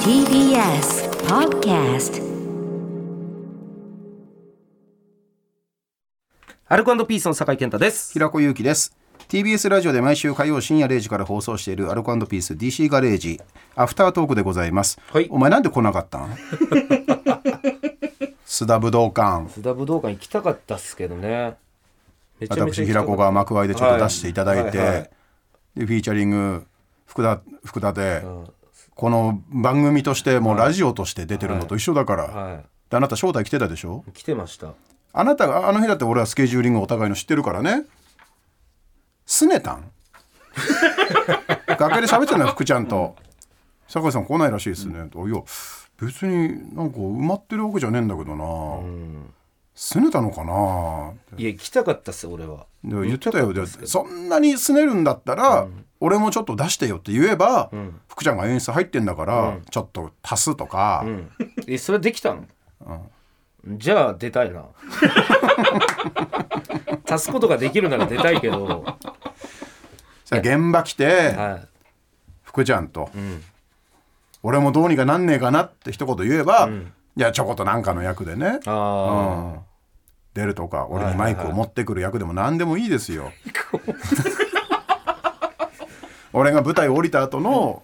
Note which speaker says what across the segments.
Speaker 1: TBS Podcast
Speaker 2: アルコピースの酒井健太です。
Speaker 3: 平子祐希です TBS ラジオで毎週火曜深夜0時から放送しているアルコピース DC ガレージアフタートークでございます、
Speaker 2: はい
Speaker 3: お前なんで来なかった ん須田武道館
Speaker 2: 津田武道館行きたかったっすけどね。めちゃめちゃ行
Speaker 3: 私
Speaker 2: きたか
Speaker 3: 平
Speaker 2: った
Speaker 3: 子が幕開でちょっと出していただいて、
Speaker 2: はははい
Speaker 3: でフィーチャリング福田福田で、この番組としてもうラジオとして出てるのと一緒だから、
Speaker 2: は
Speaker 3: であなた招待来てたでしょ
Speaker 2: い。来てました。
Speaker 3: あなたがあの日だって俺はスケジューリングお互いの知ってるからねすねたん 楽屋で喋ってたのよ福ちゃんと酒井さん来ないらしいですね、といや別になんか埋まってるわけじゃねえんだけどな、すねたのかない
Speaker 2: や、行きたかったっす、俺は。
Speaker 3: で言ってたよでそんなにすねるんだったら、俺もちょっと出してよって言えば、福ちゃんが演出入ってんだから、ちょっと足すとか、
Speaker 2: うん。え、それできたのじゃあ、出たいな。 足すことができるなら出たいけど、
Speaker 3: さあ現場来て、
Speaker 2: は
Speaker 3: 福ちゃんと、俺もどうにかなんねえかなって一言言えば、いやちょこっとなんかの役でね
Speaker 2: い。あ
Speaker 3: 出るとか俺にマイクを持ってくる役でも何でもいいですよ。俺が舞台降りた後の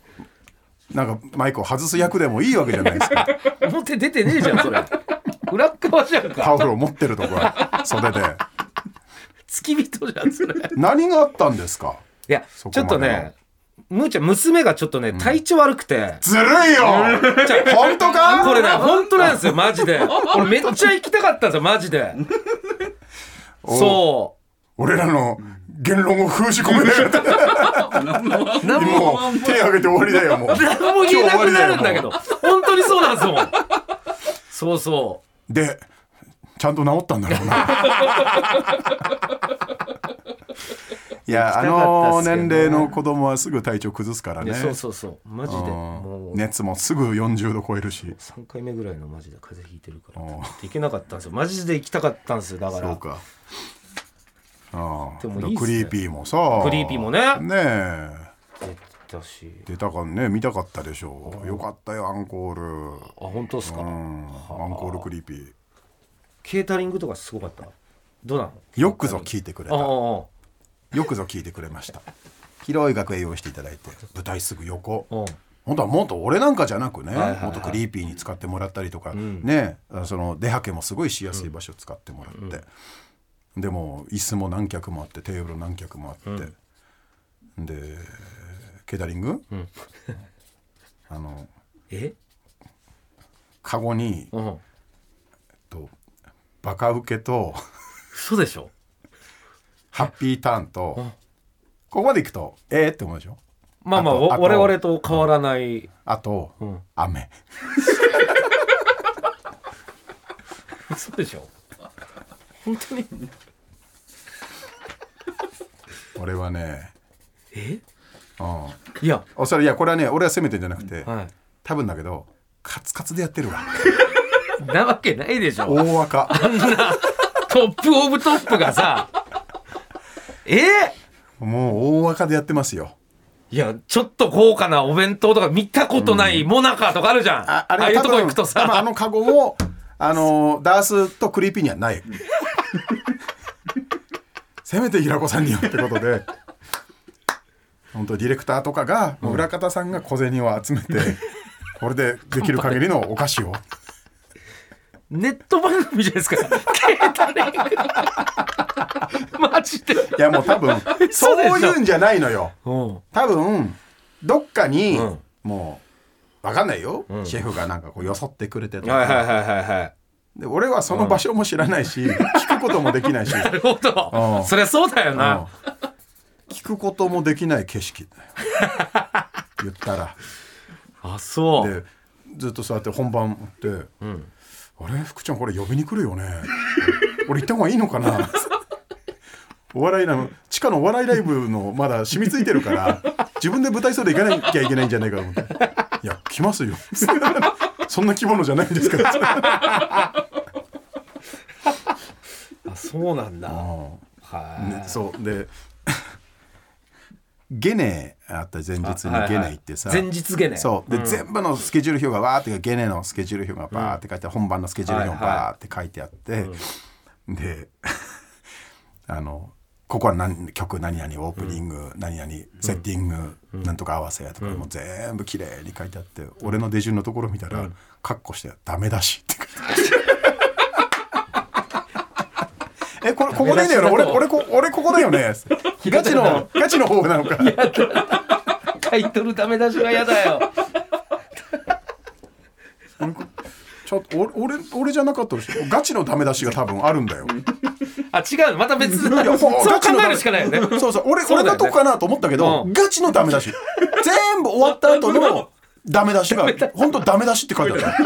Speaker 3: なんかマイクを外す役でもいいわけじゃないですか
Speaker 2: あ。表出てねえじゃん、それ。裏っ側じゃんか。
Speaker 3: タオルを持ってるとか袖で
Speaker 2: 付き人じゃん、それ。
Speaker 3: 何があったんですか
Speaker 2: いや、
Speaker 3: そ
Speaker 2: ち
Speaker 3: こ
Speaker 2: ょっ
Speaker 3: まで
Speaker 2: と
Speaker 3: の
Speaker 2: ね、むーちゃん、娘がちょっとね、体調悪くて。
Speaker 3: ずるいよ本当か
Speaker 2: これね、本当なんですよ、マジで。俺めっちゃ行きたかったんですよ、マジで。そ
Speaker 3: 俺らの言論を封じ込めなかった
Speaker 2: う。なんも、
Speaker 3: もう手挙げて終わりだよもう
Speaker 2: なんも言えなくなるんだけど。本当にそうなんですもん。そうそ
Speaker 3: でちゃんと治ったんだろ うないやあの年齢の子供はすぐ体調崩すから
Speaker 2: う。い
Speaker 3: ね
Speaker 2: やそうそうそう。マジで。もう、
Speaker 3: 熱もすぐ40度超えるし
Speaker 2: 3回目ぐらいのマジで風邪ひいてるから
Speaker 3: おう。
Speaker 2: 行けなかったんですよ。マジで行きたかったんですよ、だから。
Speaker 3: そうかああ
Speaker 2: でもいいっすね
Speaker 3: クリーピーもさ
Speaker 2: クリーピーもね
Speaker 3: ねえ
Speaker 2: 出たし。
Speaker 3: 出たかんね見たかったでしょうよかったよアンコール
Speaker 2: あ、本当ですか。
Speaker 3: うんアンコールクリーピー
Speaker 2: ケータリングとかすごかった。どうなの
Speaker 3: よくぞ聞いてくれた
Speaker 2: あ
Speaker 3: よくぞ聞いてくれました広い楽屋用意していただいて舞台すぐ横
Speaker 2: あ、ああ、ああ。
Speaker 3: 本当はもっと俺なんかじゃなくね、もっとクリーピーに使ってもらったりとか、ねあその出はけもすごいしやすい場所を使ってもらって、でも椅子も何脚もあってテーブル何脚もあって、でケータリング、 あの
Speaker 2: え
Speaker 3: カゴに、えっ
Speaker 2: うん。
Speaker 3: と、バカウ ケと
Speaker 2: 嘘でしょ
Speaker 3: ハッピーターンと、ここまでいくとえー、って思うでしょ
Speaker 2: まあまあ
Speaker 3: あと
Speaker 2: わ
Speaker 3: あと
Speaker 2: 我々と変わらない
Speaker 3: あと、雨
Speaker 2: 嘘でしょ本当に
Speaker 3: 俺はね
Speaker 2: え
Speaker 3: うん
Speaker 2: いや
Speaker 3: おそれいやこれはね俺は責めてんじゃなくて、
Speaker 2: はい
Speaker 3: 多分だけどカツカツでやってるわ
Speaker 2: なわけないでしょ
Speaker 3: 大赤
Speaker 2: トップオブトップがさ え
Speaker 3: もう大赤でやってますよ
Speaker 2: いやちょっと豪華なお弁当とか見たことないモナカとかあるじゃん、ああ
Speaker 3: は
Speaker 2: いうとこ
Speaker 3: 多分
Speaker 2: 行くと
Speaker 3: 多分あ
Speaker 2: さ
Speaker 3: のカゴもあのダースとクリーピーにはない せめて平子さんによってことで本当ディレクターとかがもう裏方さんが小銭を 集めて、これでできる限りのお菓子を
Speaker 2: ネット番組じゃないですかケータリング マジで
Speaker 3: いやもう多分
Speaker 2: そう
Speaker 3: そう
Speaker 2: でしょ
Speaker 3: いうんじゃないのよ
Speaker 2: うん
Speaker 3: 多分どっかに、
Speaker 2: ん
Speaker 3: もうわかんないよ、シェフがなんかこうよそってくれてとか、
Speaker 2: はいはいはいはいはい
Speaker 3: で俺はその場所も知らないし、聞くこともで きないし、
Speaker 2: なるほ
Speaker 3: う
Speaker 2: ど
Speaker 3: ん
Speaker 2: そりゃそうだよ
Speaker 3: うん
Speaker 2: な、
Speaker 3: 聞くこともできない景色だよ言ったら
Speaker 2: あそう
Speaker 3: でずっと座って本番持って、あれ福ちゃんこれ呼びに来るよね 俺行った方がいいのかなお笑いなの地下のお笑いライブのまだ染みついてるから自分で舞台袖行かなきゃいけないんじゃないかと思って「いや来ますよ」 そんな着物じゃないんですから
Speaker 2: あそうなんだはい、
Speaker 3: ね、そうで ゲネあった前日
Speaker 2: あはいはい
Speaker 3: にゲネ行ってさ、
Speaker 2: 前日ゲネ
Speaker 3: そうで、全部のスケジュール表がわーってゲネのスケジュール表がバーって書いて、本番のスケジュール表が
Speaker 2: はいはい
Speaker 3: バーって書いてあって、で あのここは何曲何々オープニング、何々セッティング、なんとか合わせとか、もう全部綺麗に書いてあって、俺の出順のところ見たら、カッコして「ダメだし」って書いてあ るえこれここでいいんだよね俺俺こ俺ここだよねガチのガチの方なのか
Speaker 2: タイトルダメ出しは嫌だよ
Speaker 3: ちょっと俺俺俺じゃなかったらしいガチのダメ出しが多分あるんだよ。
Speaker 2: あ違うまた別
Speaker 3: いや
Speaker 2: の
Speaker 3: ほ
Speaker 2: そうう
Speaker 3: ガ
Speaker 2: 考
Speaker 3: チのダ
Speaker 2: え
Speaker 3: メ
Speaker 2: るしかないよね
Speaker 3: そうそう俺
Speaker 2: そうだよね
Speaker 3: 俺がとこかなと思ったけど、
Speaker 2: うん
Speaker 3: ガチのダメ出し全部終わった 後のダメ出しが本当ダメ出しって書いてあった。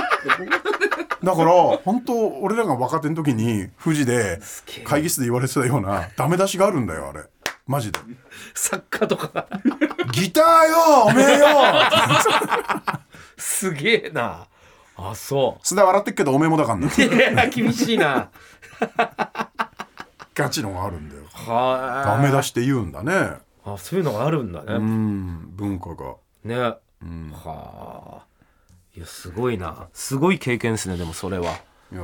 Speaker 3: だから本当俺らが若手の時に富士で会議室で言われてたようなダメ出しがあるんだよあれマジで
Speaker 2: 作家とか
Speaker 3: 「ギターよおめえ よ!」
Speaker 2: すげえなあそ
Speaker 3: 須田笑ってっけどおめえもだからな
Speaker 2: ういや厳しいな
Speaker 3: ガチのがあるんだよ
Speaker 2: は
Speaker 3: ダメ出
Speaker 2: し
Speaker 3: して言うんだね
Speaker 2: あそういうのがあるんだね、
Speaker 3: うん文化が
Speaker 2: ね、はあいやすごいなすごい経験ですねでもそれはい
Speaker 3: や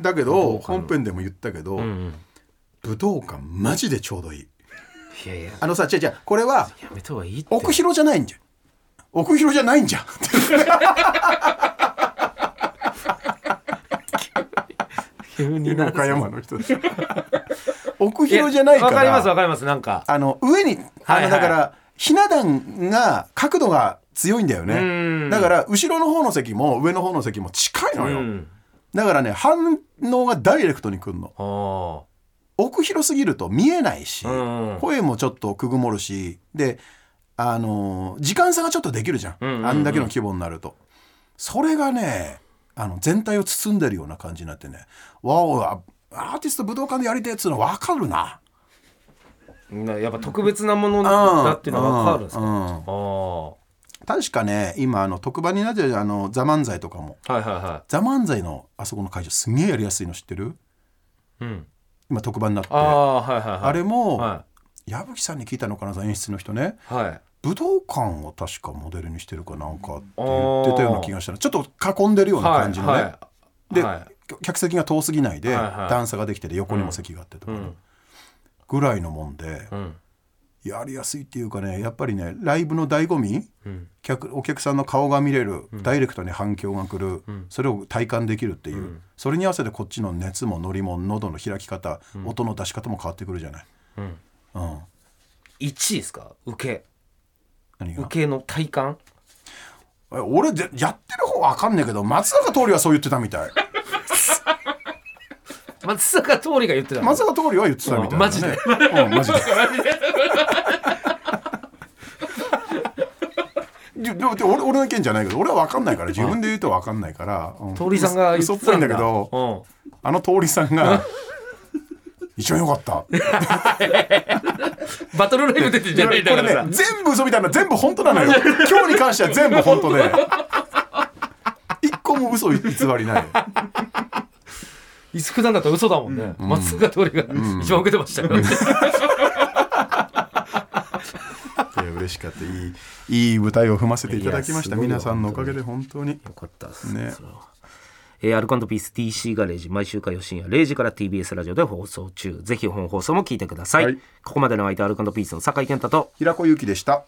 Speaker 3: だけど本編でも言ったけど、武道館マジでちょうどいい
Speaker 2: いやいや
Speaker 3: あのさ違う違うこれは
Speaker 2: やめた方がいいって
Speaker 3: 奥広じゃないんじゃん奥広じゃないんじゃん
Speaker 2: 急にな
Speaker 3: 岡山の人 です奥広じゃないか
Speaker 2: わかりますわか
Speaker 3: ら
Speaker 2: りますなんか
Speaker 3: あの上にあ
Speaker 2: はいは
Speaker 3: の
Speaker 2: い
Speaker 3: だから、ひな壇が角度が強いんだよね
Speaker 2: ん
Speaker 3: だから後ろの方の席も上の方の席も近いの
Speaker 2: う
Speaker 3: よ、
Speaker 2: ん
Speaker 3: だからね反応がダイレクトにくんの
Speaker 2: あ
Speaker 3: 奥広すぎると見えないし、
Speaker 2: うんうん
Speaker 3: 声もちょっとくぐもるしであのー時間差がちょっとできるじゃん,、
Speaker 2: んうんうん
Speaker 3: あんだけの規模になるとそれがねあの全体を包んでるような感じになってねわおあアーティスト武道館でやりてえっつうの分かるな
Speaker 2: あなやっぱ特別なものだっていうのはわかるんですか、
Speaker 3: う
Speaker 2: あ
Speaker 3: んうん確かね今あの特番になってるあの「ザ漫才とかも
Speaker 2: あはいはいは
Speaker 3: 「ザ漫才のあそこの会場すんげえやりやすいの知ってる
Speaker 2: いうん
Speaker 3: 今特番になって
Speaker 2: あ
Speaker 3: あ
Speaker 2: あはいはいはい
Speaker 3: れも、
Speaker 2: は
Speaker 3: 矢吹さんに聞いたのかな演出の人ね、
Speaker 2: いはい
Speaker 3: 武道館を確かモデルにしてるかなんかって言ってたような気がしたなちょっと囲んでるような感じのね、
Speaker 2: はいはい、
Speaker 3: で、
Speaker 2: は
Speaker 3: 客席が遠すぎないで、
Speaker 2: はいはい
Speaker 3: 段差ができてて横にも席があってとかね、
Speaker 2: うん
Speaker 3: ぐらいのもんで、
Speaker 2: いうん
Speaker 3: やりやすいっていうかねやっぱりねライブの醍醐味、
Speaker 2: うん
Speaker 3: 客お客さんの顔が見れる、ダイレクトに反響が来る、それを体感できるっていう、それに合わせてこっちの熱もノリも喉の開き方、音の出し方も変わってくるじゃない。
Speaker 2: うん
Speaker 3: うん、
Speaker 2: 1位ですか受け
Speaker 3: 何が
Speaker 2: 受けの体感
Speaker 3: え俺でやってる方わかんねえけど松坂桃李はそう言ってたみたい。
Speaker 2: 松坂桃李が言ってたの
Speaker 3: 松坂桃李は言ってたみた
Speaker 2: うん
Speaker 3: いな、ね、
Speaker 2: マジで
Speaker 3: うんマジでででで俺俺の意見じゃないけど俺は分かんないから自分で言うと分かんないから、うん
Speaker 2: 桃李さんが言ってた
Speaker 3: 嘘っぽいんだけど、
Speaker 2: うん
Speaker 3: あの通りさんが「一番良かった」
Speaker 2: バトルライブ出てんじゃないんだ
Speaker 3: こ
Speaker 2: か
Speaker 3: れ
Speaker 2: らさ、
Speaker 3: ね全部嘘みたいな全部本当なのよ今日に関しては全部本当で一個も嘘偽りない
Speaker 2: 伊福なんだったら嘘だもんね、松坂桃李が一番受けてましたよ、
Speaker 3: いや嬉しかったいいいい舞台を踏ませていただきまし
Speaker 2: いやすご
Speaker 3: た
Speaker 2: いよ
Speaker 3: 皆さんのおかげで本当に
Speaker 2: よかったです
Speaker 3: ね
Speaker 2: それはえーアルコピース TC ガレージ毎週火曜深夜0時から TBS ラジオで放送中ぜひ本放送も聞いてください、
Speaker 3: はい
Speaker 2: ここまでの相手アルコピースの酒井健太と
Speaker 3: 平子ゆきでした